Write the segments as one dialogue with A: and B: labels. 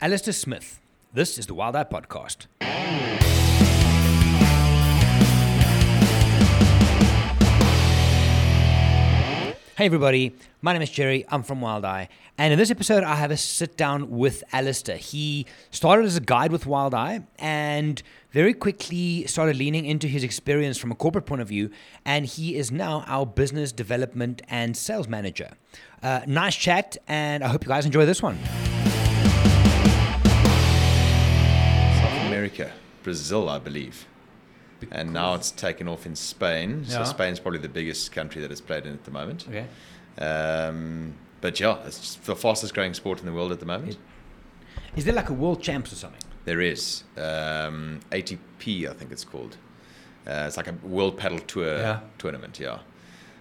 A: Alistair Smith. This is the Wild Eye Podcast. Hey, everybody. My name is Jerry. I'm from Wild Eye. And in this episode, I have a sit down with Alistair. He started as a guide with Wild Eye and very quickly started leaning into his experience from a corporate point of view. And he is now our business development and sales manager. Uh, nice chat. And I hope you guys enjoy this one.
B: South America, Brazil, I believe. And now it's taken off in Spain.
A: Yeah.
B: So Spain's probably the biggest country that it's played in at the moment.
A: Okay.
B: Um, but yeah, it's just the fastest growing sport in the world at the moment.
A: Is there like a world champs or something?
B: There is um, ATP, I think it's called. Uh, it's like a world paddle tour
A: Yeah.
B: tournament. Yeah.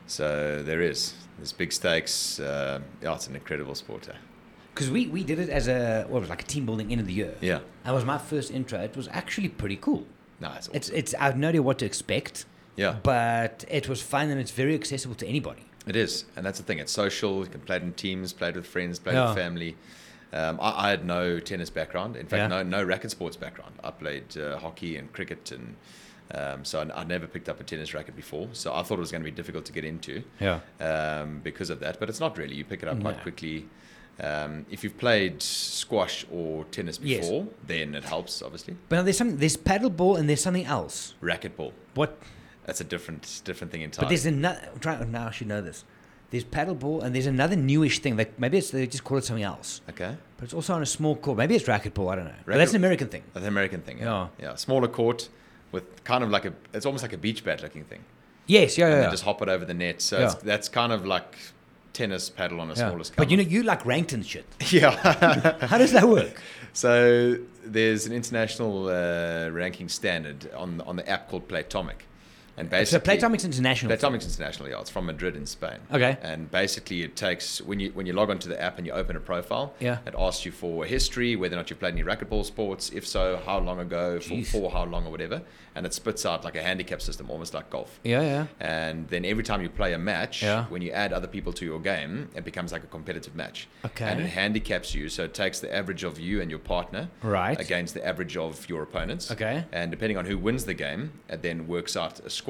B: So there is. There's big stakes. Uh, yeah, it's an incredible sport. eh?
A: Because we, we did it as a what was it, like a team building end of the year.
B: Yeah.
A: That was my first intro. It was actually pretty cool.
B: No, it's awesome.
A: It's it's I have no idea what to expect.
B: yeah.
A: But it was fun and it's very accessible to anybody.
B: It is, and that's the thing. It's social. You can play it in teams, play it with friends, play it
A: Yeah.
B: with family. Um, I, I had no tennis background. In fact,
A: Yeah.
B: no no racket sports background. I played uh, hockey and cricket, and um, so I, I never picked up a tennis racket before. So I thought it was going to be difficult to get into
A: Yeah.
B: um, because of that. But it's not really. You pick it up
A: No.
B: quite quickly. Um, if you've played squash or tennis
A: Yes.
B: before, then it helps. Obviously,
A: But now there's some there's paddleball and there's something else.
B: racquetball.
A: What?
B: That's a different different thing entirely.
A: But there's another. I'm trying oh, now. I should know this. There's paddleball and there's another newish thing. Like maybe it's they just call it something else.
B: okay.
A: But it's also on a small court. Maybe it's racquetball. I don't know. But that's an
B: Racquet-
A: American thing.
B: The American thing. Yeah. Smaller court with kind of like a, it's almost like a beach bat looking thing.
A: Yes. Yeah.
B: And
A: Yeah.
B: they
A: yeah.
B: just hop it over the net. So it's,
A: Yeah.
B: that's kind of like tennis paddle on a
A: Yeah.
B: smaller scale.
A: But you know, you like ranked and shit.
B: yeah.
A: How does that work?
B: so there's an international uh, ranking standard on, on the app called Platomic. And
A: So
B: basically,
A: Playtomic's international.
B: Platomics International, yeah. It's from Madrid in Spain.
A: Okay.
B: And basically, it takes when you when you log onto the app and you open a profile,
A: Yeah.
B: it asks you for history, whether or not you played any racquetball sports, if so, how long ago, for,
A: Jeez.
B: for how long or whatever, and it spits out like a handicap system, almost like golf.
A: Yeah, yeah.
B: And then every time you play a match,
A: Yeah.
B: when you add other people to your game, it becomes like a competitive match.
A: Okay.
B: And it handicaps you, so it takes the average of you and your partner
A: Right.
B: against the average of your opponents.
A: Okay.
B: And depending on who wins the game, it then works out a score.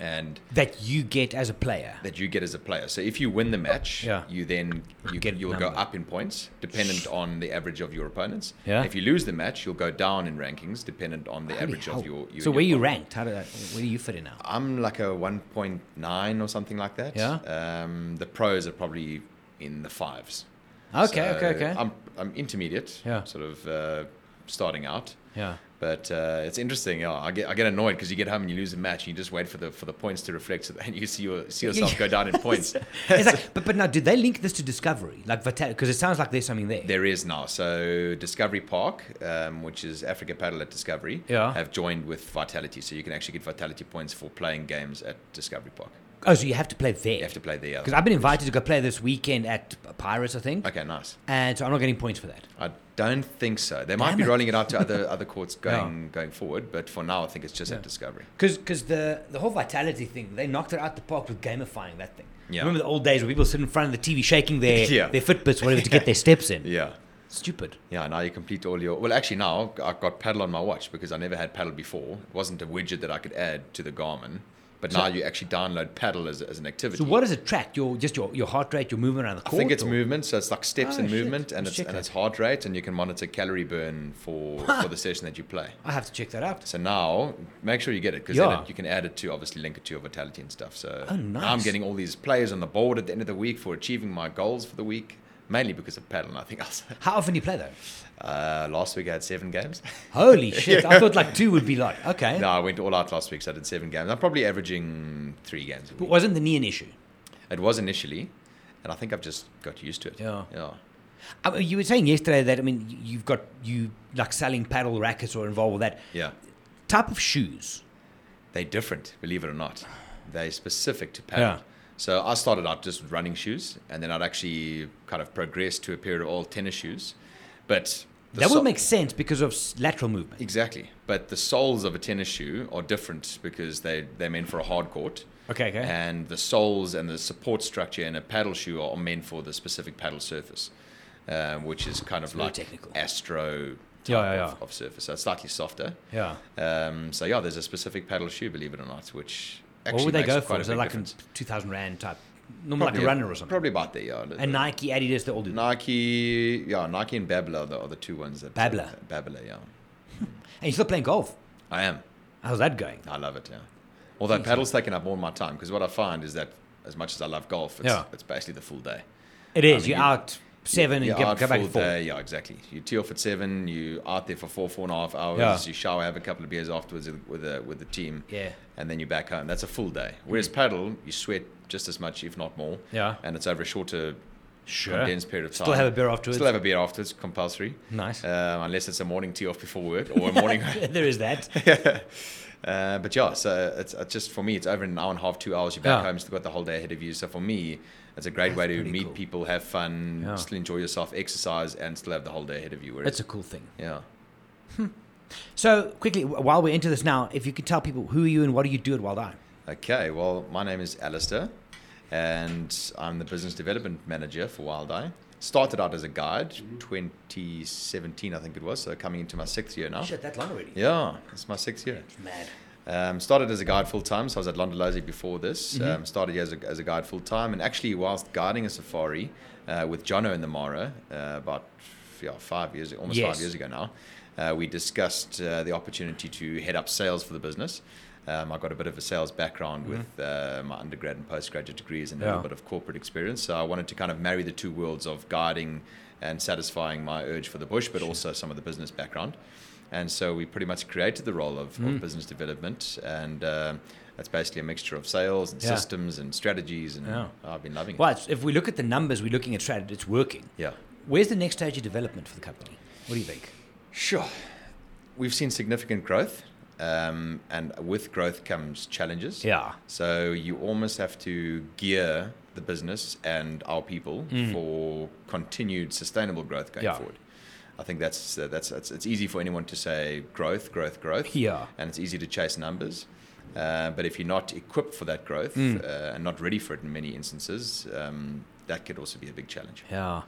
B: And
A: That you get as a player.
B: that you get as a player. So if you win the match,
A: Yeah.
B: you then you,
A: Get
B: you'll
A: number.
B: go up in points dependent on the average of your opponents.
A: Yeah.
B: If you lose the match, you'll go down in rankings dependent on the
A: Bloody
B: average
A: hell.
B: of your. You
A: so
B: and
A: where
B: your
A: you
B: opponent.
A: ranked? How do that, where do you fit in now?
B: I'm like a 1.9 or something like that.
A: Yeah.
B: Um, the pros are probably in the fives.
A: Okay,
B: So um,
A: okay, okay.
B: I'm I'm intermediate.
A: Yeah.
B: Sort of uh, starting out.
A: yeah.
B: But uh, it's interesting. Yeah, I get I get annoyed because you get home and you lose a match and you just wait for the for the points to reflect so that- and you see your see yourself go down in points.
A: It's like, but but now, did they link this to Discovery? Like Vital? Because it sounds like there's something there.
B: There is now. So Discovery Park, um, which is Africa Paddle at Discovery,
A: Yeah.
B: have joined with Vitality. So you can actually get Vitality points for playing games at Discovery Park.
A: Oh, so you have to play
B: You
A: there.
B: have to play the
A: Because
B: other.
A: I've been invited to go play this weekend at Pirates, I think,
B: Okay, nice.
A: and so I'm not getting points for that.
B: I don't think so. They might
A: Damn
B: be
A: it.
B: rolling it out to other other courts
A: Yeah.
B: going going forward, but for now, I think it's just
A: Yeah.
B: at Discovery.
A: Because the the whole vitality thing, they knocked it out the park with gamifying that thing.
B: Yeah.
A: Remember the old days where people sit in front of the TV shaking their
B: Yeah.
A: their Fitbits, whatever, to get their steps in.
B: Yeah.
A: Stupid.
B: Yeah, now you complete all your. Well, actually, now I got paddle on my watch because I never had paddle before. It wasn't a widget that I could add to the Garmin, but
A: So-
B: now you actually download paddle as, as an activity.
A: So what does it track? Your just your, your heart rate, your movement around the
B: I
A: court.
B: think it's
A: or-
B: movement, so it's like steps
A: Oh,
B: and
A: shit.
B: movement, and
A: Let's
B: it's
A: check
B: and
A: that.
B: it's heart rate, and you can monitor calorie burn for for the session that you play.
A: I have to check that out.
B: So now, make sure you get it because
A: Yeah.
B: then it, you can add it to obviously link it to your vitality and stuff. So
A: Oh,
B: now I'm
A: nice.
B: getting all these players on the board at the end of the week for achieving my goals for the week, mainly because of paddle, nothing else.
A: How often do you play though?
B: Uh, last week I had seven games.
A: Holy shit! I thought like two would be like okay.
B: no, I went all out last week, so I did seven games. I'm probably averaging three games a
A: But
B: week.
A: wasn't the knee an issue?
B: It was initially, and I think I've just got used to it.
A: Yeah.
B: Yeah.
A: I mean, Uh, you were saying yesterday that I mean y- you've got you like selling paddle rackets or involved with that
B: Yeah.
A: type of shoes.
B: they're different, believe it or not. They're specific to paddle.
A: Yeah.
B: So I started out just with running shoes, and then I'd actually kind of progressed to a pair of all tennis shoes. But the
A: That
B: so-
A: would make sense because of s- lateral movement.
B: exactly. But the soles of a tennis shoe are different because they they're meant for a hard court,
A: Okay. Okay.
B: and the soles and the support structure in a paddle shoe are meant for the specific paddle surface. um, which is kind of
A: very
B: like
A: technical.
B: Astro type
A: Yeah, yeah,
B: Of,
A: yeah.
B: of surface. So it's slightly softer.
A: Yeah.
B: Um, so yeah, there's a specific paddle shoe, believe it or not, which actually
A: what would they
B: makes
A: go
B: quite
A: for?
B: a
A: Is it
B: big
A: like
B: difference.
A: a 2,000 Rand type? Normally like a
B: Probably-
A: runner or something.
B: Probably about there, yeah.
A: And Nike, Adidas, they all do that.
B: Nike, yeah, Nike and Babbler are the, are the two ones that uh,
A: Babbler.
B: Babbler, yeah.
A: And you're still playing golf.
B: I am.
A: How's that going?
B: I love it. Yeah. Although
A: Jeez.
B: paddle's taken up all my time because what I find is that as much as I love golf, it's,
A: Yeah.
B: it's basically the full day.
A: It is.
B: mean,
A: you're
B: you-
A: out seven
B: You're
A: and get,
B: out
A: go back
B: full
A: and forth.
B: day. Yeah, exactly. You tee off at seven. You out there for four, four and a half hours.
A: Yeah.
B: You shower, have a couple of beers afterwards with- with the with the team,
A: Yeah.
B: and then you're back home. That's a full day. Whereas
A: Hmm.
B: paddle, you sweat just as much, if not more.
A: Yeah.
B: And it's over a shorter,
A: Sure.
B: condensed period of time.
A: Still have a beer afterwards.
B: Still have a beer afterwards, compulsory.
A: nice.
B: Um, unless it's a morning tee off before work or a morning
A: there is that.
B: uh, but yeah, so it's, it's just for me, it's over in an hour and a half, two hours. You're back
A: Yeah.
B: home, still got the whole day ahead of you. So for me, it's a great way to
A: pretty
B: meet
A: cool.
B: people, have fun,
A: Yeah.
B: still enjoy yourself, exercise, and still have the whole day ahead of you. Whereas,
A: That's a cool thing.
B: yeah.
A: So quickly, wh- while we're into this now, if you could tell people who are you and what do you do at Wild Eye?
B: Okay, well, my name is Alistair, and I'm the business development manager for Wild Eye. Started out as a guide,
A: Mm-hmm.
B: 2017, I think it was. So coming into my sixth year now.
A: Shit, that long already.
B: Oh. Yeah, it's my sixth year.
A: Mad.
B: Um, started as a guide full time, so I was at Londolozi before this.
A: Mm-hmm.
B: Um, started as a, as a guide full time, and actually, whilst guiding a safari uh, with Jono in the Mara uh, about yeah, five years, almost
A: Yes.
B: five years ago now, uh, we discussed uh, the opportunity to head up sales for the business. Um, I got a bit of a sales background with uh, my undergrad and postgraduate degrees and a
A: Mm-hmm. Yeah.
B: little bit of corporate experience. So I wanted to kind of marry the two worlds of guiding and satisfying my urge for the bush, but also some of the business background. And so we pretty much created the role of,
A: Mm.
B: of business development, and um that's basically a mixture of sales and
A: Yeah.
B: systems and strategies. And
A: Yeah.
B: I've been loving it.
A: Well, it's, if we look at the numbers, we're looking at strategy. It's working.
B: Yeah,
A: Where's the next stage of development for the company? What do you think?
B: sure. We've seen significant growth, um, and with growth comes challenges.
A: Yeah.
B: So you almost have to gear the business and our people for continued sustainable growth going
A: Mm. Yeah.
B: forward. I think that's uh, that's it's, it's easy for anyone to say growth, growth, growth.
A: Yeah.
B: And it's easy to chase numbers. Uh, but if you're not equipped for that growth
A: Mm.
B: uh, and not ready for it in many instances, um, that could also be a big challenge.
A: Yeah.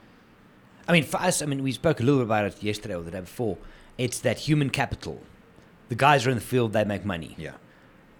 A: I mean, for us, I mean, we spoke a little bit about it yesterday or the day before. It's that human capital. The guys are in the field, they make money.
B: Yeah.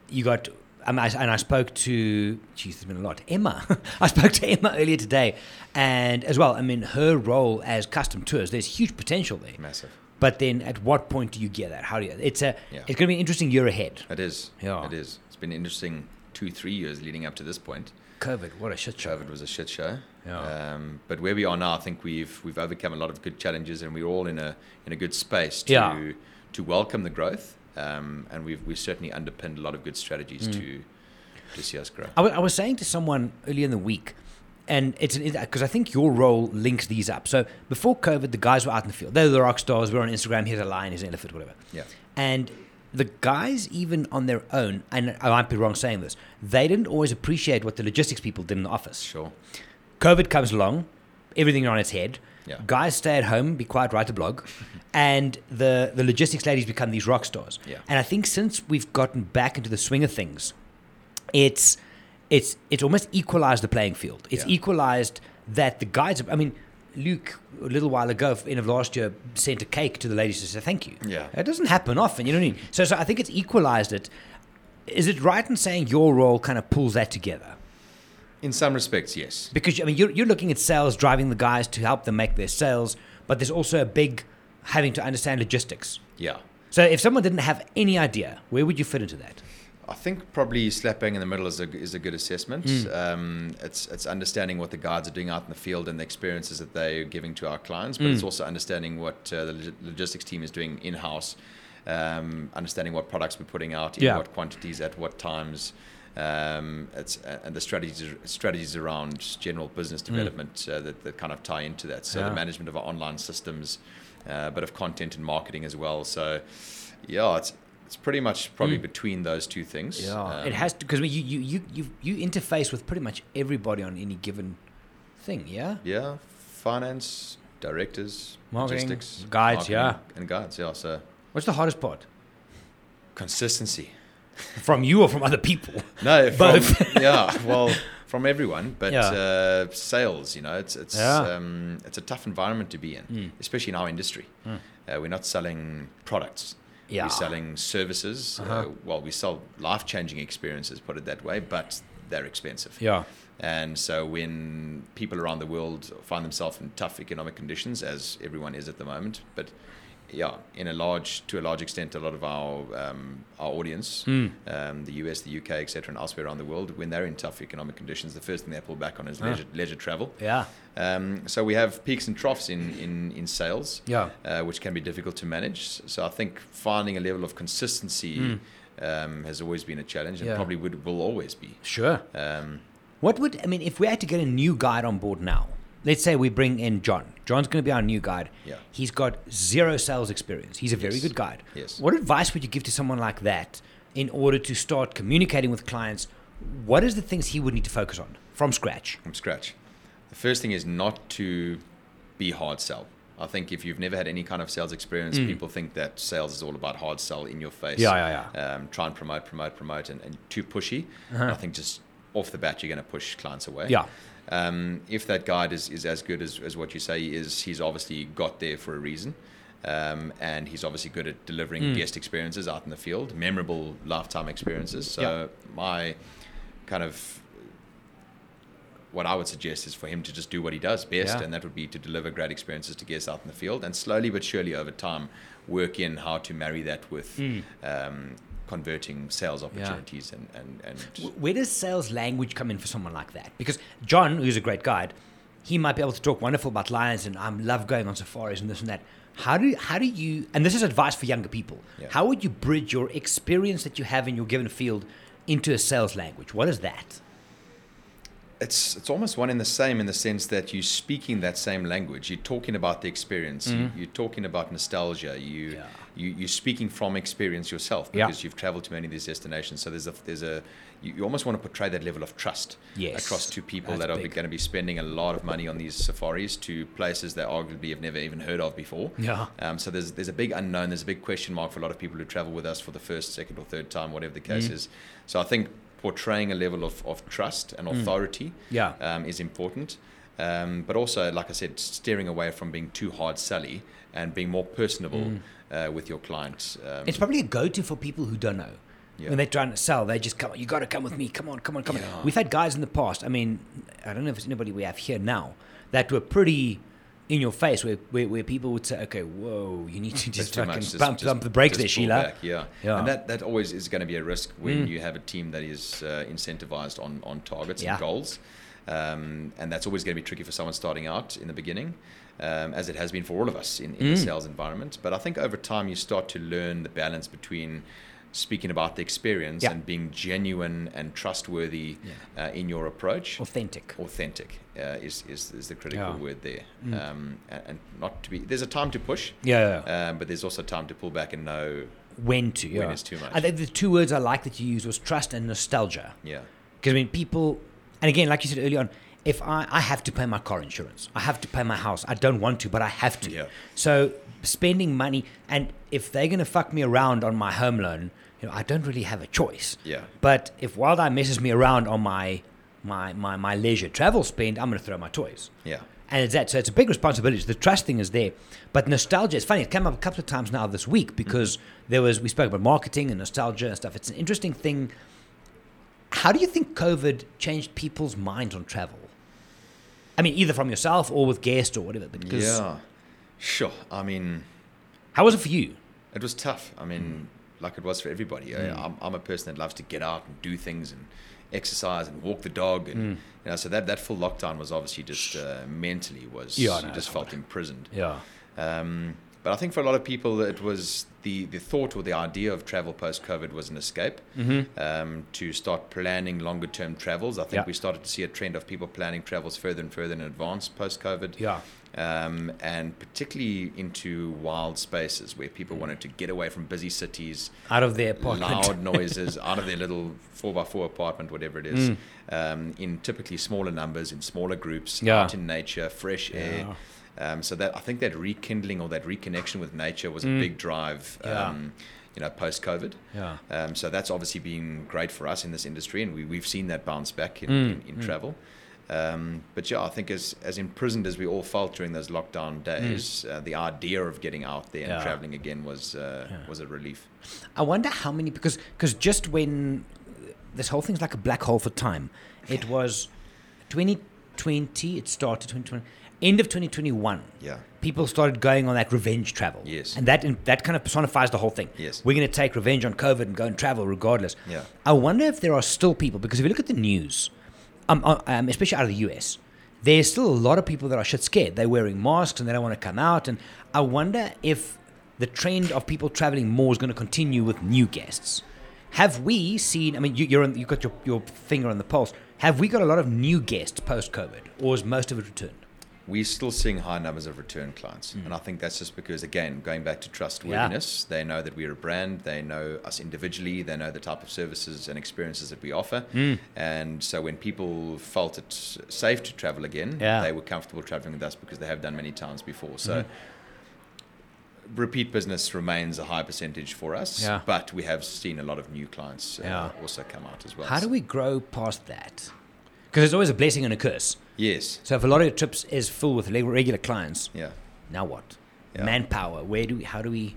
A: You got, um, I mean, I, and I spoke to, geez, there's been a lot. Emma. I spoke to Emma earlier today. And as well, I mean, her role as custom tours, there's huge potential there.
B: Massive.
A: But then at what point do you get that? How do you, it's a,
B: Yeah.
A: it's going to be an interesting year ahead.
B: It is.
A: Yeah.
B: It is. It's been interesting two, three years leading up to this point.
A: COVID, what a shit show.
B: COVID was a shit show.
A: Yeah.
B: Um, but where we are now, I think we've we've overcome a lot of good challenges, and we're all in a in a good space to
A: Yeah.
B: to welcome the growth. Um, and we've we've certainly underpinned a lot of good strategies
A: Mm.
B: to to see us grow.
A: I wa- I was saying to someone earlier in the week, and it's because I think your role links these up. So before COVID, the guys were out in the field. They were the rock stars. We were on Instagram. Here's a lion. Here's an elephant. Whatever.
B: Yeah.
A: And the guys, even on their own, and I might be wrong saying this, they didn't always appreciate what the logistics people did in the office.
B: Sure.
A: COVID comes along, everything on its head.
B: Yeah.
A: Guys stay at home, be quiet, write a blog, and the the logistics ladies become these rock stars.
B: Yeah.
A: And I think since we've gotten back into the swing of things, it's it's it's almost equalized the playing field. It's
B: Yeah.
A: equalized that the guys. I mean, Luke a little while ago, end of last year, sent a cake to the ladies to say thank you.
B: Yeah.
A: it doesn't happen often. You know what I mean? So, so I think it's equalized it. Is it right in saying your role kind of pulls that together?
B: In some respects, yes.
A: Because I mean, you're, you're looking at sales, driving the guys to help them make their sales, but there's also a big having to understand logistics.
B: Yeah.
A: So if someone didn't have any idea, where would you fit into that?
B: I think probably slap bang in the middle is a, is a good assessment.
A: Hmm.
B: Um, it's it's understanding what the guards are doing out in the field and the experiences that they're giving to our clients, but
A: Hmm.
B: it's also understanding what uh, the log- logistics team is doing in house, um, understanding what products we're putting out, in
A: Yeah.
B: what quantities, at what times. Um, it's uh, and the strategies strategies around general business development uh, that, that kind of tie into that. So
A: Hmm. Yeah.
B: the management of our online systems, uh, a bit of content and marketing as well. So yeah, it's it's pretty much probably between those two things. Um,
A: Mm. it has to because I mean, you, you you you you interface with pretty much everybody on any given thing. Yeah.
B: Yeah, finance, directors,
A: Marketing,
B: logistics,
A: guides, yeah.
B: and guides. Yeah, so
A: What's the hardest part
B: consistency.
A: from you or from other people?
B: No, from,
A: Both.
B: yeah, well, from everyone, but
A: Yeah.
B: uh, sales, you know, it's it's
A: Yeah.
B: um, it's a tough environment to be in, especially in our industry. Uh, we're not selling products.
A: Hmm. Yeah. Uh-huh.
B: We're selling services. uh well, we sell life changing experiences, put it that way, but they're expensive.
A: Yeah.
B: And so when people around the world find themselves in tough economic conditions, as everyone is at the moment, but yeah, in a large, to a large extent, a lot of our um, our audience,
A: Hmm.
B: um, the US, the UK, etc., and elsewhere around the world, when they're in tough economic conditions, the first thing they pull back on
A: Ah.
B: is leisure, leisure travel.
A: Yeah.
B: Um, so we have peaks and troughs in in, in sales,
A: Yeah.
B: uh, which can be difficult to manage. So I think finding a level of consistency um, has always been a challenge, and
A: Hmm. Yeah.
B: probably would will always be.
A: Sure.
B: Um,
A: What would I mean if we had to get a new guide on board now? Let's say we bring in John. John's going to be our new guide.
B: Yeah.
A: He's got zero sales experience. He's a very
B: Yes.
A: good guide.
B: Yes.
A: What advice would you give to someone like that in order to start communicating with clients? What is the things he would need to focus on from scratch?
B: from scratch. The first thing is not to be hard sell. I think if you've never had any kind of sales experience, people think that sales is all about hard sell in your face.
A: Mm. Yeah, yeah, Uh-huh.
B: yeah. Um, try and promote, promote, promote, and, and too pushy. I think just off the bat, you're going to push clients away.
A: Yeah.
B: Um, if that guide is, is as good as, as what you say he is, he's obviously got there for a reason. Um, and he's obviously good at delivering
A: Hmm.
B: guest experiences out in the field, memorable lifetime experiences. So, my kind of what I would suggest is for him to just do what he does best,
A: Yeah.
B: and that would be to deliver great experiences to guests out in the field, and slowly but surely over time, work in how to marry that with
A: Hmm.
B: um, converting sales opportunities and and and
A: W- Where does sales language come in for someone like that? Because John, who's a great guide, he might be able to talk wonderful about lions and I love going on safaris and this and that. How do how do you and this is advice for younger people.
B: Yeah.
A: How would you bridge your experience that you have in your given field into a sales language? What is that?
B: it's it's almost one and the same in the sense that you're speaking that same language. You're talking about the experience. You, you're talking about nostalgia. You,
A: Mm-hmm. Yeah.
B: you you're speaking from experience yourself
A: Yeah.
B: because you've travelled to many of these destinations. So there's a there's a you, you almost want to portray that level of trust
A: Yes.
B: across to people
A: That's
B: that are
A: big.
B: going to be spending a lot of money on these safaris to places they arguably have never even heard of before.
A: Yeah.
B: Um, so there's there's a big unknown, there's a big question mark for a lot of people who travel with us for the first, second, or third time, whatever the case is. So I think portraying a level of, of trust and authority
A: Yeah.
B: um, is important. Um, but also, like I said, steering away from being too hard sally and being more personable uh, with your clients. Um,
A: It's probably a go-to for people who don't know.
B: Yeah.
A: When they're trying to sell, they just come. You got to come with me. Come on, come on, come on. We've had guys in the past. I mean, I don't know if it's anybody we have here now that were pretty in your face, where where, where people would say, "Okay, whoa, you need to just
B: That's too
A: fucking
B: much. Just-
A: bump,
B: just-
A: bump the brakes
B: just
A: there,
B: pull
A: Sheila."
B: back, Yeah.
A: Yeah. Mm.
B: and that, that always is going to be a risk when you have a team that is uh, incentivized on on targets
A: Yeah.
B: and goals, um, and that's always going to be tricky for someone starting out in the beginning, um, as it has been for all of us in, in the
A: Mm.
B: sales environment. But I think over time you start to learn the balance between speaking about the experience
A: Yeah.
B: and being genuine and trustworthy uh, in your approach
A: Authentic.
B: authentic uh, is, is, is the critical
A: Oh, Yeah. Mm.
B: word there. Um, and, and not to be, there's a time to push,
A: Yeah.
B: um, but there's also time to pull back and know,
A: when to?
B: When
A: yeah.
B: it's too much.
A: I think the two words I like that you used was trust and nostalgia.
B: yeah,
A: Because I mean, people, and again, like you said earlier on, if I, I have to pay my car insurance, I have to pay my house. I don't want to, but I have to.
B: Yeah.
A: So spending money, and if they're gonna fuck me around on my home loan, you know, I don't really have a choice.
B: yeah,
A: But if Wild Eye messes me around on my my my, my leisure travel spend, I'm gonna throw my toys.
B: yeah,
A: And it's that. So it's a big responsibility. So the trust thing is there. But nostalgia, it's funny, it came up a couple of times now this week because there was, we spoke about marketing and nostalgia and stuff. It's an interesting thing. How do you think COVID changed people's minds on travel? I mean, either from yourself or with guests or whatever. Because
B: yeah. Sure. I mean,
A: how was it for you?
B: it was tough. I mean, like it was for everybody.
A: Mm.
B: I, I'm, I'm a person that loves to get out and do things and exercise and walk the dog,
A: Mm.
B: and you know, so that that full lockdown was obviously just uh, mentally was
A: Yeah, I know,
B: you
A: it's
B: just felt imprisoned.
A: Yeah.
B: Um, but I think for a lot of people, it was the, the thought or the idea of travel post COVID was an escape um, to start planning longer term travels. I think
A: Mm-hmm. Yeah.
B: we started to see a trend of people planning travels further and further in advance post COVID.
A: Yeah.
B: Um, and particularly into wild spaces where people wanted to get away from busy cities,
A: Out of their apartment.
B: loud noises out of their little four by four apartment, whatever it
A: Mm.
B: is, um, in typically smaller numbers, in smaller groups,
A: Yeah.
B: out in nature, fresh air. Um, so that I think that rekindling or that reconnection with nature was a big drive.
A: Mm. Yeah.
B: Um, you know, post COVID.
A: Yeah.
B: Um, so that's obviously been great for us in this industry, and we, we've seen that bounce back in,
A: Mm,
B: in, in travel. Um, but yeah, I think as, as imprisoned as we all felt during those lockdown days, uh, the idea of getting out there and
A: Mm. Yeah.
B: traveling again was uh, was a relief.
A: I wonder how many because because just when uh, this whole thing's like a black hole for time. It was 2020. It started 2020. End of 2021.
B: Yeah.
A: People started going on that revenge travel.
B: Yes.
A: And that that kind of personifies the whole thing.
B: Yes.
A: We're going to take revenge on COVID and go and travel regardless.
B: Yeah.
A: I wonder if there are still people because if you look at the news, um, uh, um, especially out of the US, there's still a lot of people that are shit scared. They're wearing masks and they don't want to come out. And I wonder if the trend of people traveling more is going to continue with new guests. Have we seen? I mean, you, you're on, you've got your, your finger on the pulse. Have we got a lot of new guests post COVID, or is most of it returned?
B: We're still seeing high numbers of return clients,
A: Hmm.
B: and I think that's just because, again, going back to trustworthiness, they know that we're a brand, they know us individually, they know the type of services and experiences that we offer,
A: Hmm.
B: and so when people felt it safe to travel again,
A: Yeah.
B: they were comfortable traveling with us because they have done many times before. So. Repeat business remains a high percentage for us,
A: Mm-hmm. Yeah.
B: but we have seen a lot of new clients uh,
A: Yeah.
B: also come out as well.
A: How do we grow past that? Because it's always a blessing and a curse.
B: Yes,
A: So if a lot of your trips is full with le- regular clients,
B: yeah.
A: now what?
B: Yeah.
A: Manpower. Where do we? How do we?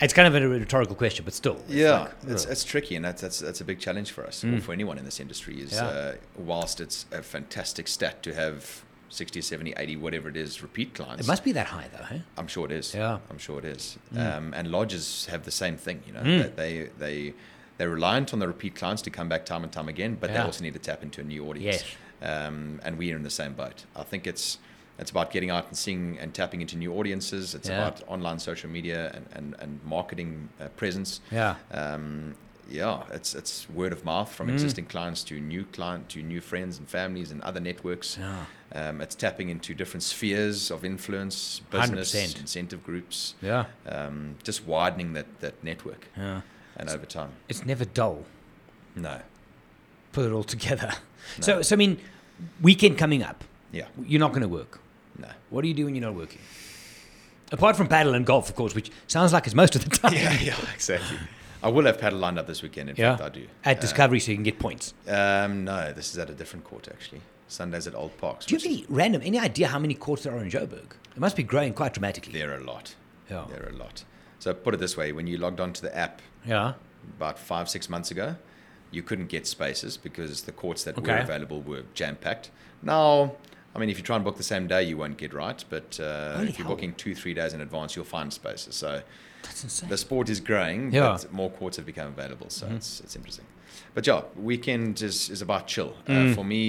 A: It's kind of a rhetorical question, but still. it's
B: yeah,
A: like,
B: it's,
A: ugh.
B: it's tricky, and that's that's that's a big challenge for us or for anyone in this industry. Is
A: Mm. Yeah.
B: uh, whilst it's a fantastic stat to have 60, 70, 80, whatever it is, repeat clients.
A: it must be that high though. Hey?
B: I'm sure it is.
A: Yeah. Mm.
B: I'm sure it is. Um, and lodges have the same thing. You know, they they they they're reliant on the repeat clients to come back time and time again, but they
A: Yeah.
B: also need to tap into a new audience.
A: Yes.
B: Um, and we are in the same boat. I think it's it's about getting out and seeing and tapping into new audiences. It's
A: Yeah.
B: about online social media and and, and marketing uh, presence.
A: Yeah.
B: Um, yeah, it's it's word of mouth
A: Hmm.
B: from existing clients to new client to new friends and families and other networks.
A: Yeah.
B: Um, it's tapping into different spheres of influence, business,
A: 100%.
B: incentive groups,
A: Yeah.
B: um, just widening that, that network.
A: Yeah.
B: And over time,
A: It's never dull.
B: no,
A: Put it all together. So, so I mean, weekend coming up.
B: yeah,
A: You're not going to work.
B: no.
A: What do you do when you're not working? Apart from paddle and golf, of course, which sounds like it's most of the time.
B: Yeah, yeah, exactly. I will have paddle lined up this weekend. In
A: Yeah.
B: fact, I do.
A: At Discovery, so you can get points.
B: Um, no, this is at a different court actually. Sundays at Old Parks.
A: Do you
B: which
A: have any random any idea how many courts there are in Joburg? It must be growing quite dramatically.
B: They're a lot.
A: Yeah.
B: They're a lot. So put it this way: when you logged onto the app
A: Yeah.
B: about five six months ago, you couldn't get spaces because the courts that were
A: Okay.
B: available were jam packed. Now, I mean, if you try and book the same day, you won't get right. But uh,
A: Holy
B: if you're
A: hell.
B: booking two three days in advance, you'll find spaces. So
A: That's insane.
B: the sport is growing,
A: Yeah. Mm-hmm.
B: but more courts have become available, so it's, it's interesting. But yeah, weekend is, is about chill. Uh, for me,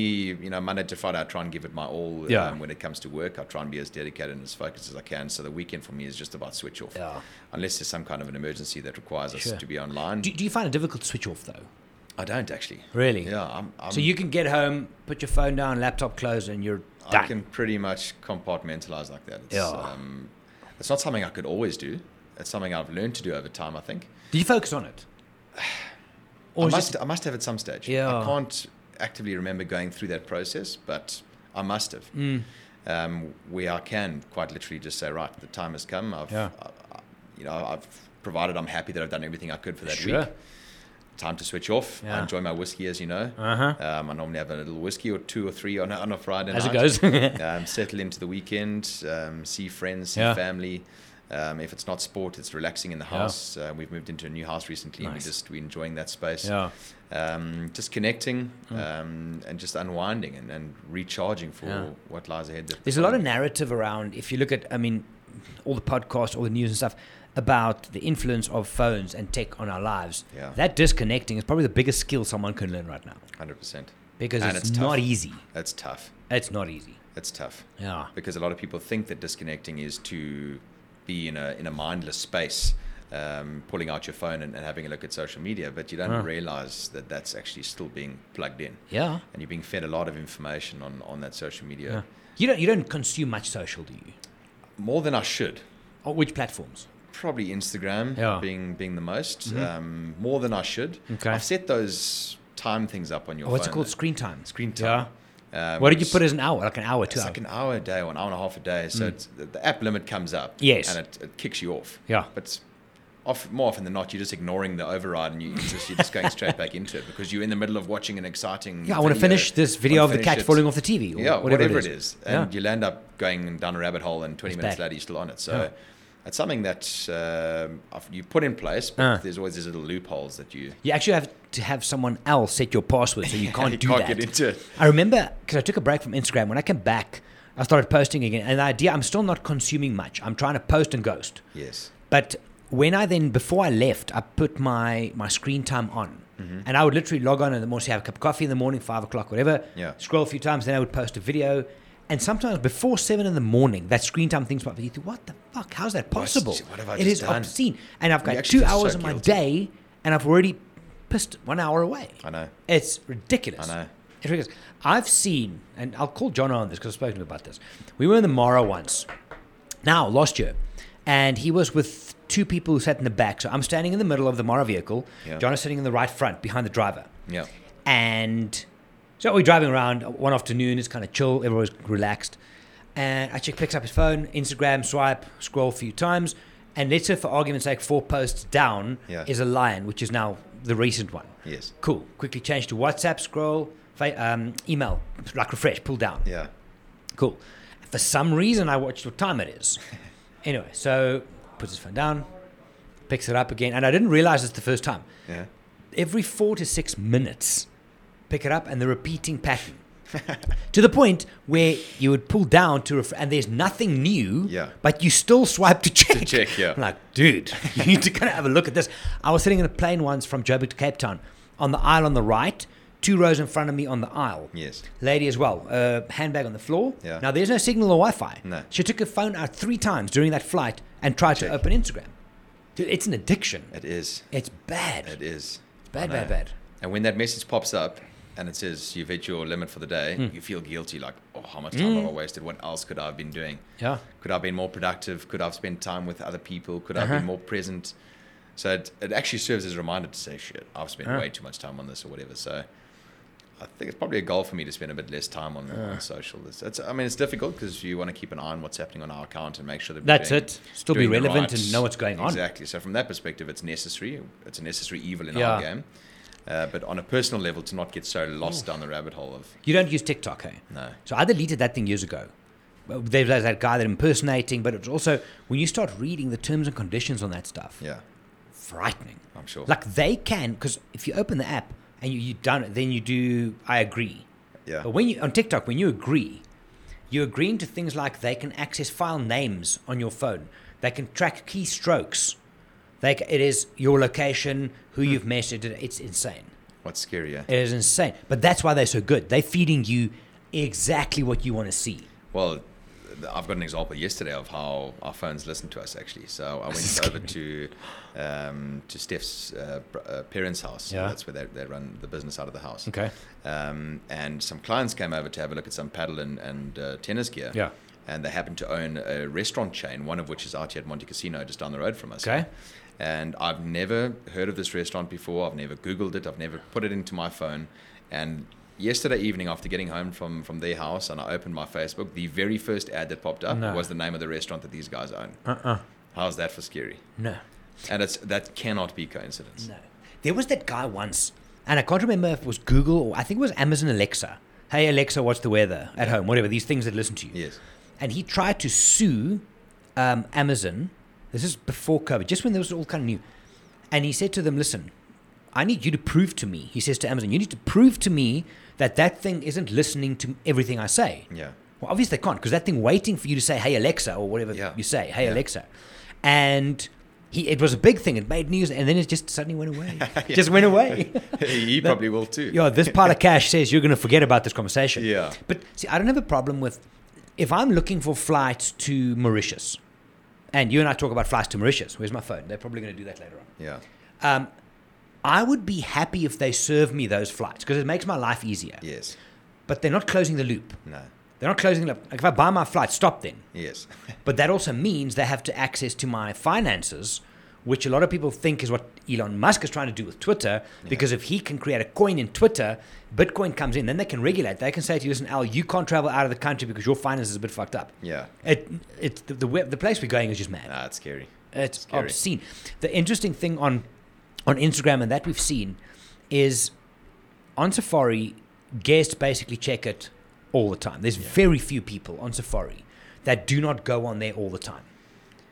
B: you know, Monday to Friday, I try and give it my all.
A: Mm. Yeah.
B: Um, when it comes to work, I try and be as dedicated and as focused as I can. So the weekend for me is just about switch off,
A: Yeah.
B: unless there's some kind of an emergency that requires us
A: Sure.
B: to be online.
A: do, do you find it difficult to switch off though?
B: I don't actually.
A: Really?
B: Yeah. I'm, I'm,
A: So you can get home, put your phone down, laptop closed, and you're done.
B: I can pretty much compartmentalize like that. It's,
A: Yeah.
B: um, it's not something I could always do. It's something I've learned to do over time. I think.
A: Do you focus on it?
B: I
A: is
B: must,
A: it-
B: I must have at some stage.
A: Yeah.
B: I can't actively remember going through that process, but I must have.
A: Hmm.
B: Um, where I can quite literally just say, right, the time has come. I've,
A: Yeah.
B: I, I- you know, I've provided I'm happy that I've done everything I could for that
A: Sure.
B: week. Time to switch off.
A: Yeah.
B: I enjoy my whiskey, as you know.
A: Uh-huh.
B: Um, I normally have a little whiskey or two or three on a, on a Friday
A: As it
B: night.
A: goes.
B: um, settle into the weekend, um, see friends, see
A: Yeah.
B: family. Um, if it's not sport, it's relaxing in the
A: Yeah.
B: house. Uh, we've moved into a new house recently. And we
A: Nice.
B: just we're enjoying that space
A: yeah. Mm.
B: um, just connecting um, and just unwinding and, and recharging for
A: Yeah.
B: what lies ahead. that-
A: There's a lot of narrative around, if you look at, I mean, all the podcasts, all the news and stuff, about the influence of phones and tech on our lives.
B: Yeah.
A: That disconnecting is probably the biggest skill someone can learn right now
B: 100%.
A: because
B: And
A: it's,
B: it's tough.
A: not easy.
B: That's tough.
A: It's not easy.
B: That's tough
A: Yeah.
B: because a lot of people think that disconnecting is to be in a in a mindless space, um, pulling out your phone and, and having a look at social media, but you don't
A: Huh.
B: realize that that's actually still being plugged in,
A: Yeah.
B: and you're being fed a lot of information on on that social media
A: Yeah. You don't you don't consume much social, do you?
B: more than I should.
A: Or which platforms?
B: probably Instagram
A: Yeah. Mm-hmm.
B: being being the most, um, more than I should.
A: Okay.
B: I've set those time things up on your
A: Or Oh, what's it
B: phone,
A: called?
B: though.
A: Screen time.
B: Screen time. Um,
A: What did you
B: which-
A: put as an hour? Like an hour, two
B: It's
A: hours.
B: like an hour a day or an hour and a half a day. So it's, the- the app limit comes up.
A: Yes.
B: And it, it kicks you off.
A: Yeah.
B: But it's off, more often than not, you're just ignoring the override and you you just, you're just going straight back into it because you're in the middle of watching an exciting.
A: yeah, I want to
B: video,
A: finish this video
B: wanna
A: of the
B: finish
A: cat
B: it.
A: falling off the TV. Or
B: Yeah,
A: whatever, it is.
B: And
A: yeah.
B: you'll end up going down a rabbit hole and 20
A: It's
B: minutes
A: back.
B: later you're still on it. So
A: Yeah.
B: it's something that um, I've- you put in place, but
A: Uh.
B: there's always these little loopholes that you,
A: You actually have to have someone else set your password, so you can't
B: you
A: do
B: can't
A: that.
B: get into it.
A: I remember because I took a break from Instagram. When I came back, I started posting again. And the idea, I'm still not consuming much. I'm trying to post and ghost.
B: Yes.
A: But when I then, before I left, I put my, my screen time on.
B: Mm-hmm.
A: And I would literally log on in the morning, say, have a cup of coffee in the morning, five o'clock, whatever.
B: Yeah.
A: Scroll a few times, then I would post a video. And sometimes before seven in the morning, that screen time thing's up. You think, what the fuck? How's that
B: What's-
A: possible?
B: what have I
A: It
B: just
A: is
B: done?
A: obscene. And I've
B: You
A: got
B: actually
A: two
B: feel so
A: hours of my
B: guilty.
A: day, and I've already pissed one hour away.
B: I know.
A: It's ridiculous.
B: I know.
A: It's ridiculous. I've seen, and I'll call John on this because I've spoken to him about this. We were in the Mara once, now last year, and he was with two people who sat in the back. So I'm standing in the middle of the Mara vehicle.
B: Yeah.
A: John is sitting in the right front behind the driver.
B: Yeah.
A: And so we're driving around one afternoon. It's kind of chill. Everyone's relaxed. And Achik picks up his phone, Instagram, swipe, scroll a few times. And let's say, for argument's sake, four posts down
B: Yeah.
A: is a lion, which is now the recent one.
B: Yes.
A: Cool. Quickly change to WhatsApp, scroll, fa- um, email, like refresh, pull down.
B: Yeah.
A: Cool. For some reason, I watched what time it is. anyway, so puts his phone down, picks it up again. And I didn't realize it's the first time
B: Yeah.
A: every four to six minutes, pick it up and the repeating pattern. to the point where you would pull down to ref- and there's nothing new,
B: Yeah.
A: but you still swipe to check.
B: check, yeah.
A: I'm like, dude, you need to kind of have a look at this. I was sitting in a plane once from Joburg to Cape Town on the aisle on the right, two rows in front of me on the aisle.
B: Yes.
A: Lady as well, uh, handbag on the floor.
B: Yeah.
A: Now there's no signal or Wi Fi.
B: No.
A: She took her phone out three times during that flight and tried
B: Check.
A: to open Instagram. Dude, it's an addiction.
B: It is.
A: It's bad.
B: It is.
A: Bad,
B: I know.
A: bad, bad.
B: And when that message pops up and it says you've hit your limit for the day,
A: Hmm.
B: you feel guilty like, oh, how much time have
A: Mm.
B: I wasted? What else could I have been doing?
A: Yeah.
B: Could I have been more productive? Could I have spent time with other people? Could I have
A: Uh-huh.
B: been more present? So it, it actually serves as a reminder to say, shit, I've spent
A: Yeah.
B: way too much time on this or whatever. So I think it's probably a goal for me to spend a bit less time on,
A: Uh-huh.
B: on social. It's, it's, I mean, it's difficult because you want to keep an eye on what's happening on our account and make sure that we're
A: That's
B: doing-
A: it. Still be
B: doing the
A: relevant
B: right-
A: and know what's going on.
B: Exactly. So from that perspective, it's necessary. It's a necessary evil in our
A: Yeah.
B: game. Uh, but on a personal level, to not get so lost down the rabbit hole of
A: You don't use TikTok, hey?
B: no,
A: So I deleted that thing years ago. Well, There was that guy that impersonating, but it's also when you start reading the terms and conditions on that stuff,
B: yeah,
A: frightening.
B: I'm sure.
A: Like they can, because if you open the app and you, you done it, then you do I agree.
B: yeah,
A: But when you on TikTok, when you agree, you're agreeing to things like they can access file names on your phone, they can track keystrokes, they c it is your location, who you've messaged. It's insane.
B: what's scarier?
A: It is insane. But that's why they're so good. They're feeding you exactly what you want to see.
B: Well, th- I've got an example yesterday of how our phones listen to us actually. So I went over to um, to Steph's uh, br- uh, parents' house.
A: Yeah.
B: That's where they, they run the business out of the house.
A: Okay.
B: Um, and some clients came over to have a look at some paddle and, and uh, tennis gear.
A: Yeah.
B: And they happen to own a restaurant chain, one of which is out here at Monte Casino, just down the road from us.
A: Okay.
B: And I've never heard of this restaurant before. I've never Googled it. I've never put it into my phone. And yesterday evening, after getting home from, from their house and I opened my Facebook, the very first ad that popped up
A: No.
B: was the name of the restaurant that these guys own.
A: Uh uh
B: How's that for scary?
A: No.
B: And it's that cannot be coincidence.
A: No. There was that guy once, and I can't remember if it was Google or I think it was Amazon Alexa. Hey, Alexa, what's the weather at home? Whatever, these things that listen to you.
B: Yes.
A: And he tried to sue um, Amazon. This is before COVID, just when there was all kind of new. And he said to them, listen, I need you to prove to me, he says to Amazon, you need to prove to me that that thing isn't listening to everything I say.
B: Yeah.
A: Well, obviously they can't because that thing waiting for you to say, "Hey Alexa" or whatever
B: Yeah.
A: you say, "Hey
B: Yeah.
A: Alexa," and he, it was a big thing. It made news, and then it just suddenly went away. Just went away.
B: he probably will too.
A: Yo, this pile of cash says you're going to forget about this conversation.
B: Yeah.
A: But see, I don't have a problem with if I'm looking for flights to Mauritius, and you and I talk about flights to Mauritius. Where's my phone? They're probably going to do that later on.
B: Yeah.
A: Um, I would be happy if they serve me those flights because it makes my life easier.
B: Yes.
A: But they're not closing the loop.
B: No.
A: They're not closing the loop. Like if I buy my flight, stop then.
B: Yes.
A: But that also means they have to access to my finances, which a lot of people think is what Elon Musk is trying to do with Twitter. Because if he can create a coin in Twitter, Bitcoin comes in, then they can regulate. They can say to you, listen, Al, you can't travel out of the country because your finances are a bit fucked up.
B: Yeah.
A: It, it's the, the, web- the place we're going is just mad.
B: Nah, it's scary.
A: It's
B: Scary.
A: obscene. The interesting thing on on Instagram and that we've seen is on Safari, guests basically check it all the time. There's very few people on Safari that do not go on there all the time.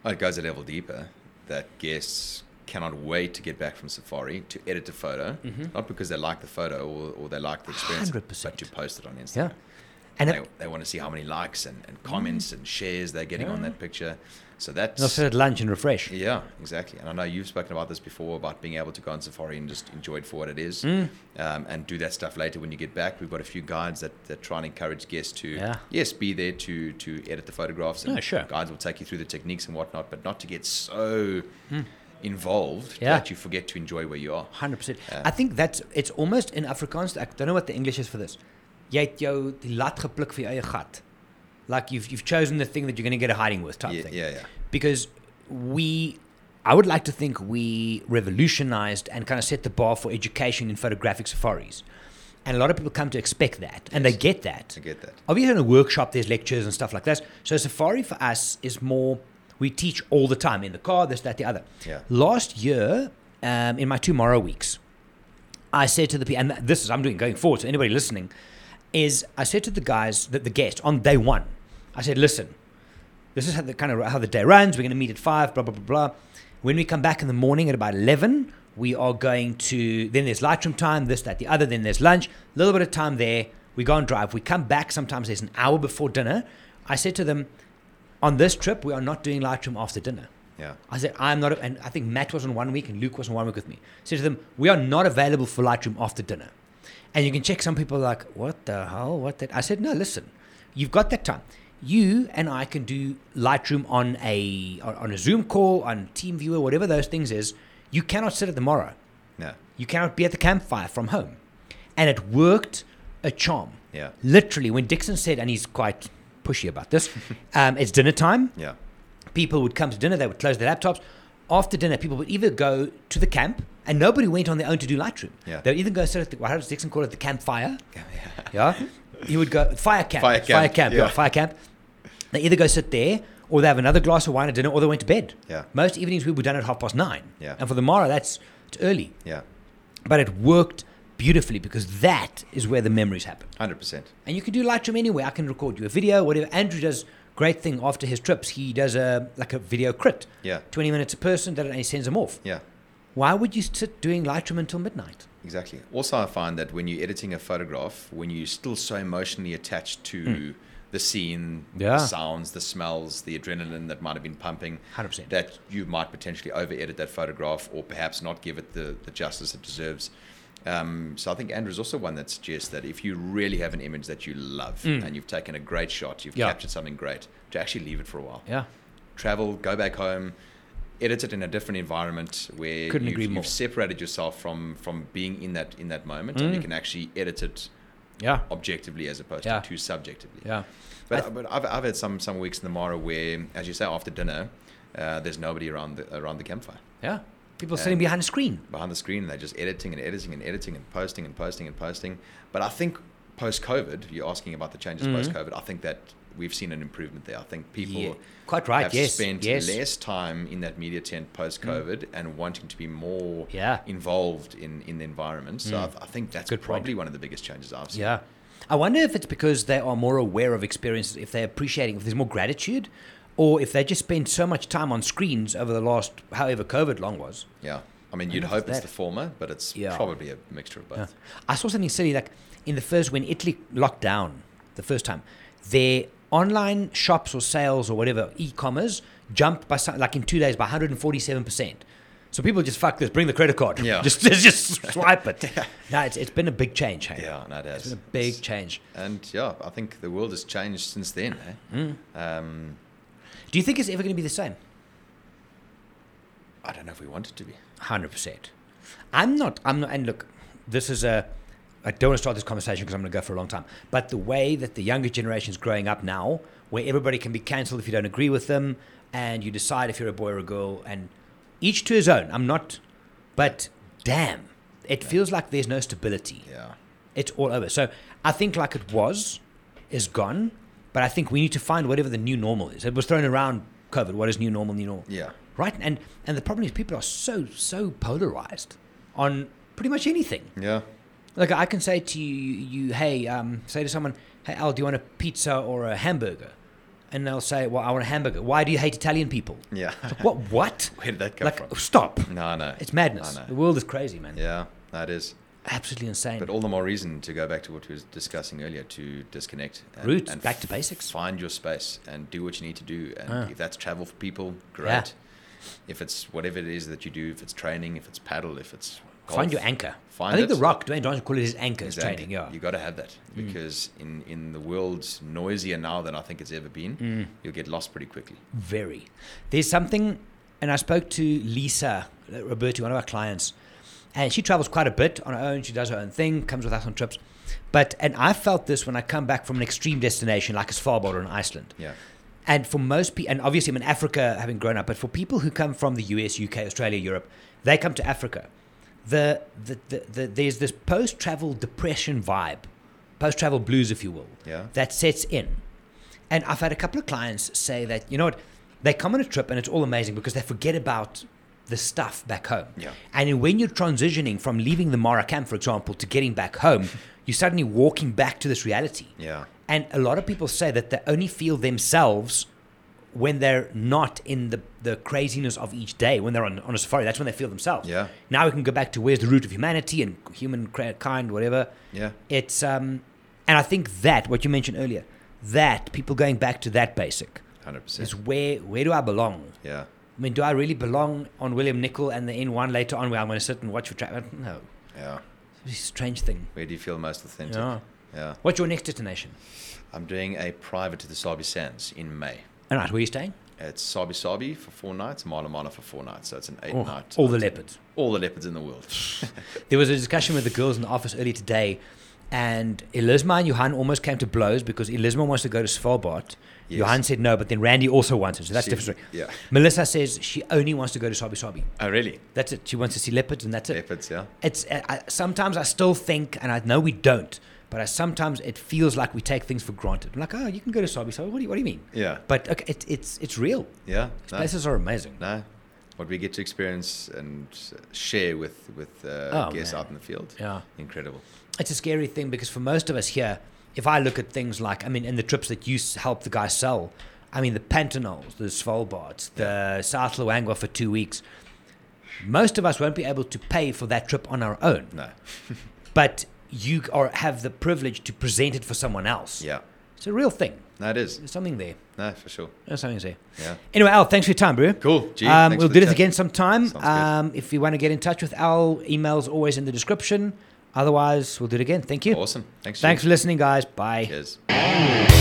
B: Oh, it goes a level deeper that guests cannot wait to get back from Safari to edit a photo,
A: Mm-hmm.
B: not because they like the photo or, or they like the experience,
A: 100%.
B: but to post it on Instagram.
A: Yeah. And
B: they, they want to see how many likes and, and comments and shares they're getting on
A: Yeah.
B: that picture. So that's
A: they'll sit at lunch and refresh.
B: yeah, exactly. And I know you've spoken about this before about being able to go on safari and just enjoy it for what it is, um, and do that stuff later when you get back. We've got a few guides that, that try and encourage guests to
A: Yeah.
B: yes, be there to to edit the photographs. And
A: No, sure.
B: Guides will take you through the techniques and whatnot, but not to get so involved
A: Hmm. Yeah.
B: that you forget to enjoy where you are.
A: Hundred percent.
B: Yeah.
A: I think that's it's almost in Afrikaans. I don't know what the English is for this. Jy het jou die lat gepluk vir jou eie gat. Like you've you've chosen the thing that you're going to get a hiding with type
B: Yeah,
A: thing.
B: yeah, yeah.
A: because we I would like to think we revolutionized and kind of set the bar for education in photographic safaris. And a lot of people come to expect that and they
B: Yes.
A: get that.
B: I get that.
A: Obviously in a workshop there's lectures and stuff like that. So safari for us is more we teach all the time in the car, this, that, the other.
B: Yeah.
A: Last year, um, in my tomorrow weeks, I said to the people, and this is I'm doing going forward. So anybody listening, is I said to the guys that the guest on day one, I said, listen, this is how the kind of how the day runs. We're going to meet at five, blah blah blah blah. When we come back in the morning at about eleven, we are going to then there's lightroom time, this that the other. Then there's lunch, a little bit of time there. We go and drive. We come back. Sometimes there's an hour before dinner. I said to them, on this trip we are not doing lightroom after dinner.
B: Yeah.
A: I said, I'm not, and I think Matt was on one week and Luke was on one week with me. said to them, we are not available for Lightroom after dinner. And you can check some people like, what the hell? What that? I said, no, listen, you've got that time. You and I can do Lightroom on a on- on a Zoom call, on TeamViewer, whatever those things is. You cannot sit at the morrow.
B: No.
A: You cannot be at the campfire from home. And it worked a charm.
B: Yeah.
A: Literally, when Dixon said, and he's quite pushy about this, um, it's dinner time
B: Yeah.
A: people would come to dinner, they would close their laptops. After dinner, people would either go to the camp, and nobody went on their own to do Lightroom.
B: Yeah.
A: They would either go sit at the, well, how does Dixon call it, the campfire? Yeah. He would go, fire camp.
B: Fire camp,
A: yeah.
B: yeah.
A: fire camp. They either go sit there, or they have another glass of wine at dinner, or they went to bed.
B: Yeah.
A: Most evenings we were done at half past nine.
B: Yeah.
A: And for the morrow, that's it's early.
B: Yeah.
A: But it worked beautifully because that is where the memories happen.
B: Hundred percent.
A: And you can do Lightroom anywhere. I can record you a video, whatever. Andrew does great thing after his trips. He does a like a video crit.
B: Yeah.
A: 20 minutes a person, that and he sends them off.
B: Yeah.
A: Why would you sit doing Lightroom until midnight?
B: Exactly. Also, I find that when you're editing a photograph, when you're still so emotionally attached to the scene,
A: Hmm. Yeah.
B: the sounds, the smells, the adrenaline that might have been pumping,
A: 100%.
B: that you might potentially over edit that photograph or perhaps not give it the, the justice it deserves. Um, so I think Andrew's also one that suggests that if you really have an image that you love and you've taken a great shot, you've
A: Hmm. Yeah.
B: captured something great, to actually leave it for a while
A: Yeah.
B: travel, go back home, edit it in a different environment where
A: Couldn't
B: you've,
A: agree
B: you've
A: more.
B: separated yourself from from being in that in that moment, and you can actually edit it
A: Yeah.
B: objectively as opposed
A: Mm. Yeah.
B: to too subjectively.
A: Yeah.
B: But, but I've, I've had some some weeks in the Mara where, as you say, after dinner, uh, there's nobody around the around the campfire
A: Yeah. People sitting behind a screen.
B: behind the screen, and they're just editing and editing and editing and posting and posting and posting. But I think post COVID, you're asking about the changes post COVID. I think that we've seen an improvement there. I think people
A: Mm. Yeah. Quite right.
B: have
A: Yes.
B: spent
A: yes. Mm.
B: less time in that media tent post COVID and wanting to be more
A: Yeah.
B: involved in, in the environment. So I, I think that's
A: Mm. Good point.
B: probably one of the biggest changes I've seen.
A: Yeah. I wonder if it's because they are more aware of experiences, if they're appreciating, if there's more gratitude, or if they just spend so much time on screens over the last, however COVID long was.
B: Yeah. I mean, you'd
A: if
B: hope it's
A: that-
B: the former, but it's
A: Yeah.
B: probably a mixture of both.
A: Yeah. I saw something silly like in the first when Italy locked down the first time, their online shops or sales or whatever e-commerce jumped by some, like in two days by 147 percent. So people just fuck this, bring the credit card,
B: Yeah.
A: just just, just swipe it. No, it's, it's been a big change, hey.
B: Yeah, no, it has.
A: it's been a big
B: It's-
A: change.
B: and yeah, I think the world has changed since then. Eh?
A: Mm.
B: Um,
A: Do you think it's ever going to be the same?
B: I don't know if we want it to be.
A: Hundred percent. I'm not. I'm not. And look, this is a. I don't want to start this conversation because I'm going to go for a long time. But the way that the younger generation is growing up now, where everybody can be cancelled if you don't agree with them, and you decide if you're a boy or a girl, and each to his own. I'm not, but damn, it feels like there's no stability.
B: Yeah.
A: It's all over. So I think like it was, is gone. But I think we need to find whatever the new normal is. It was thrown around COVID. What is new normal? New normal.
B: Yeah.
A: Right. And and the problem is people are so so polarized on pretty much anything.
B: Yeah.
A: Like I can say to you, you hey, um, say to someone, hey Al, do you want a pizza or a hamburger? And they'll say, well, I want a hamburger. Why do you hate Italian people?
B: Yeah.
A: It's like, what? What?
B: Where did that come
A: like,
B: from?
A: stop.
B: No, no.
A: It's madness.
B: I
A: The
B: know.
A: world is crazy, man.
B: Yeah, that is.
A: Absolutely insane.
B: But all the more reason to go back to what we were discussing earlier to disconnect. And,
A: Roots,
B: and
A: back to basics.
B: Find your space and do what you need to do. And
A: Ah.
B: if that's travel for people, great.
A: Yeah.
B: If it's whatever it is that you do, if it's training, if it's paddle, if it's golf,
A: Find your anchor.
B: Find
A: I think
B: it.
A: The Rock, Dwayne Johnson, called it his anchor. is Training, yeah. Mm.
B: You got to have that because in, in the world's noisier now than I think it's ever
A: Mm.
B: been, you'll get lost pretty quickly.
A: Very. There's something, and I spoke to Lisa uh, Roberti, one of our clients, and she travels quite a bit on her own. She does her own thing, comes with us on trips. But, and I felt this when I come back from an extreme destination like a Svalbard or in Iceland.
B: Yeah.
A: And for most people, and obviously I'm in Africa having grown up, but for people who come from the US, UK, Australia, Europe, they come to Africa. The, the, the, the, there's this post travel depression vibe, post travel blues, if you will,
B: Yeah.
A: that sets in. And I've had a couple of clients say that, you know what, they come on a trip and it's all amazing because they forget about the stuff back home.
B: Yeah.
A: And when you're transitioning from leaving the Mara camp, for example, to getting back home, you're suddenly walking back to this reality.
B: Yeah.
A: And a lot of people say that they only feel themselves when they're not in the, the craziness of each day, when they're on, on a safari. That's when they feel themselves.
B: Yeah.
A: Now we can go back to where's the root of humanity and humankind, whatever.
B: Yeah.
A: It's, um, and I think that, what you mentioned earlier, that people going back to that basic
B: 100%.
A: is where, where do I belong?
B: yeah.
A: I mean, do I really belong on William Nickel and the N1 later on where I'm going to sit and watch for traffic? No.
B: Yeah.
A: It's a strange thing.
B: Where do you feel most authentic?
A: Yeah.
B: Yeah.
A: What's your next destination?
B: I'm doing a private to the Sabi Sands in May.
A: All right, where are you staying?
B: It's Sabi Sabi for four nights, Mala Mala for four nights. So it's an eight
A: Oh,
B: night.
A: all the leopards.
B: all the leopards in the world.
A: There was a discussion with the girls in the office earlier today, and Elisma and Johan almost came to blows because Elisma wants to go to Svalbard.
B: Yes.
A: Johan said no, but then Randy also wants it, so that's a
B: See?
A: different. story.
B: Yeah.
A: Melissa says she only wants to go to Sabi Sabi.
B: Oh, really?
A: That's it. She wants to see leopards, and that's it.
B: Leopards, yeah.
A: It's uh, I, sometimes I still think, and I know we don't, but I sometimes it feels like we take things for granted. I'm like, oh, you can go to Sabi Sabi. What do you, what do you mean?
B: Yeah.
A: But okay, it, it's it's real.
B: Yeah. No.
A: Places are amazing.
B: no. What we get to experience and uh, share with, with uh,
A: Oh,
B: guests
A: man.
B: out in the field.
A: Yeah.
B: Incredible.
A: it's a scary thing because for most of us here, if I look at things like, I mean, in the trips that you s- help the guy sell, I mean, the Pantanals, the Svalbards, the South Luangwa for two weeks, most of us won't be able to pay for that trip on our own.
B: No.
A: But you g- are, have the privilege to present it for someone else.
B: Yeah.
A: It's a real thing.
B: No, it is.
A: There's something there.
B: No, for sure.
A: There's something there.
B: Yeah.
A: Anyway, Al, thanks for your time, bro.
B: Cool. Gee,
A: Um,
B: thanks
A: we'll
B: for
A: do
B: the
A: this
B: chat.
A: again sometime.
B: Sounds good.
A: Um, if you want to get in touch with Al, email's always in the description. Otherwise, we'll do it again. Thank you.
B: Awesome.
A: Thanks
B: Thanks. Thanks.
A: for listening, guys. Bye.
B: Cheers.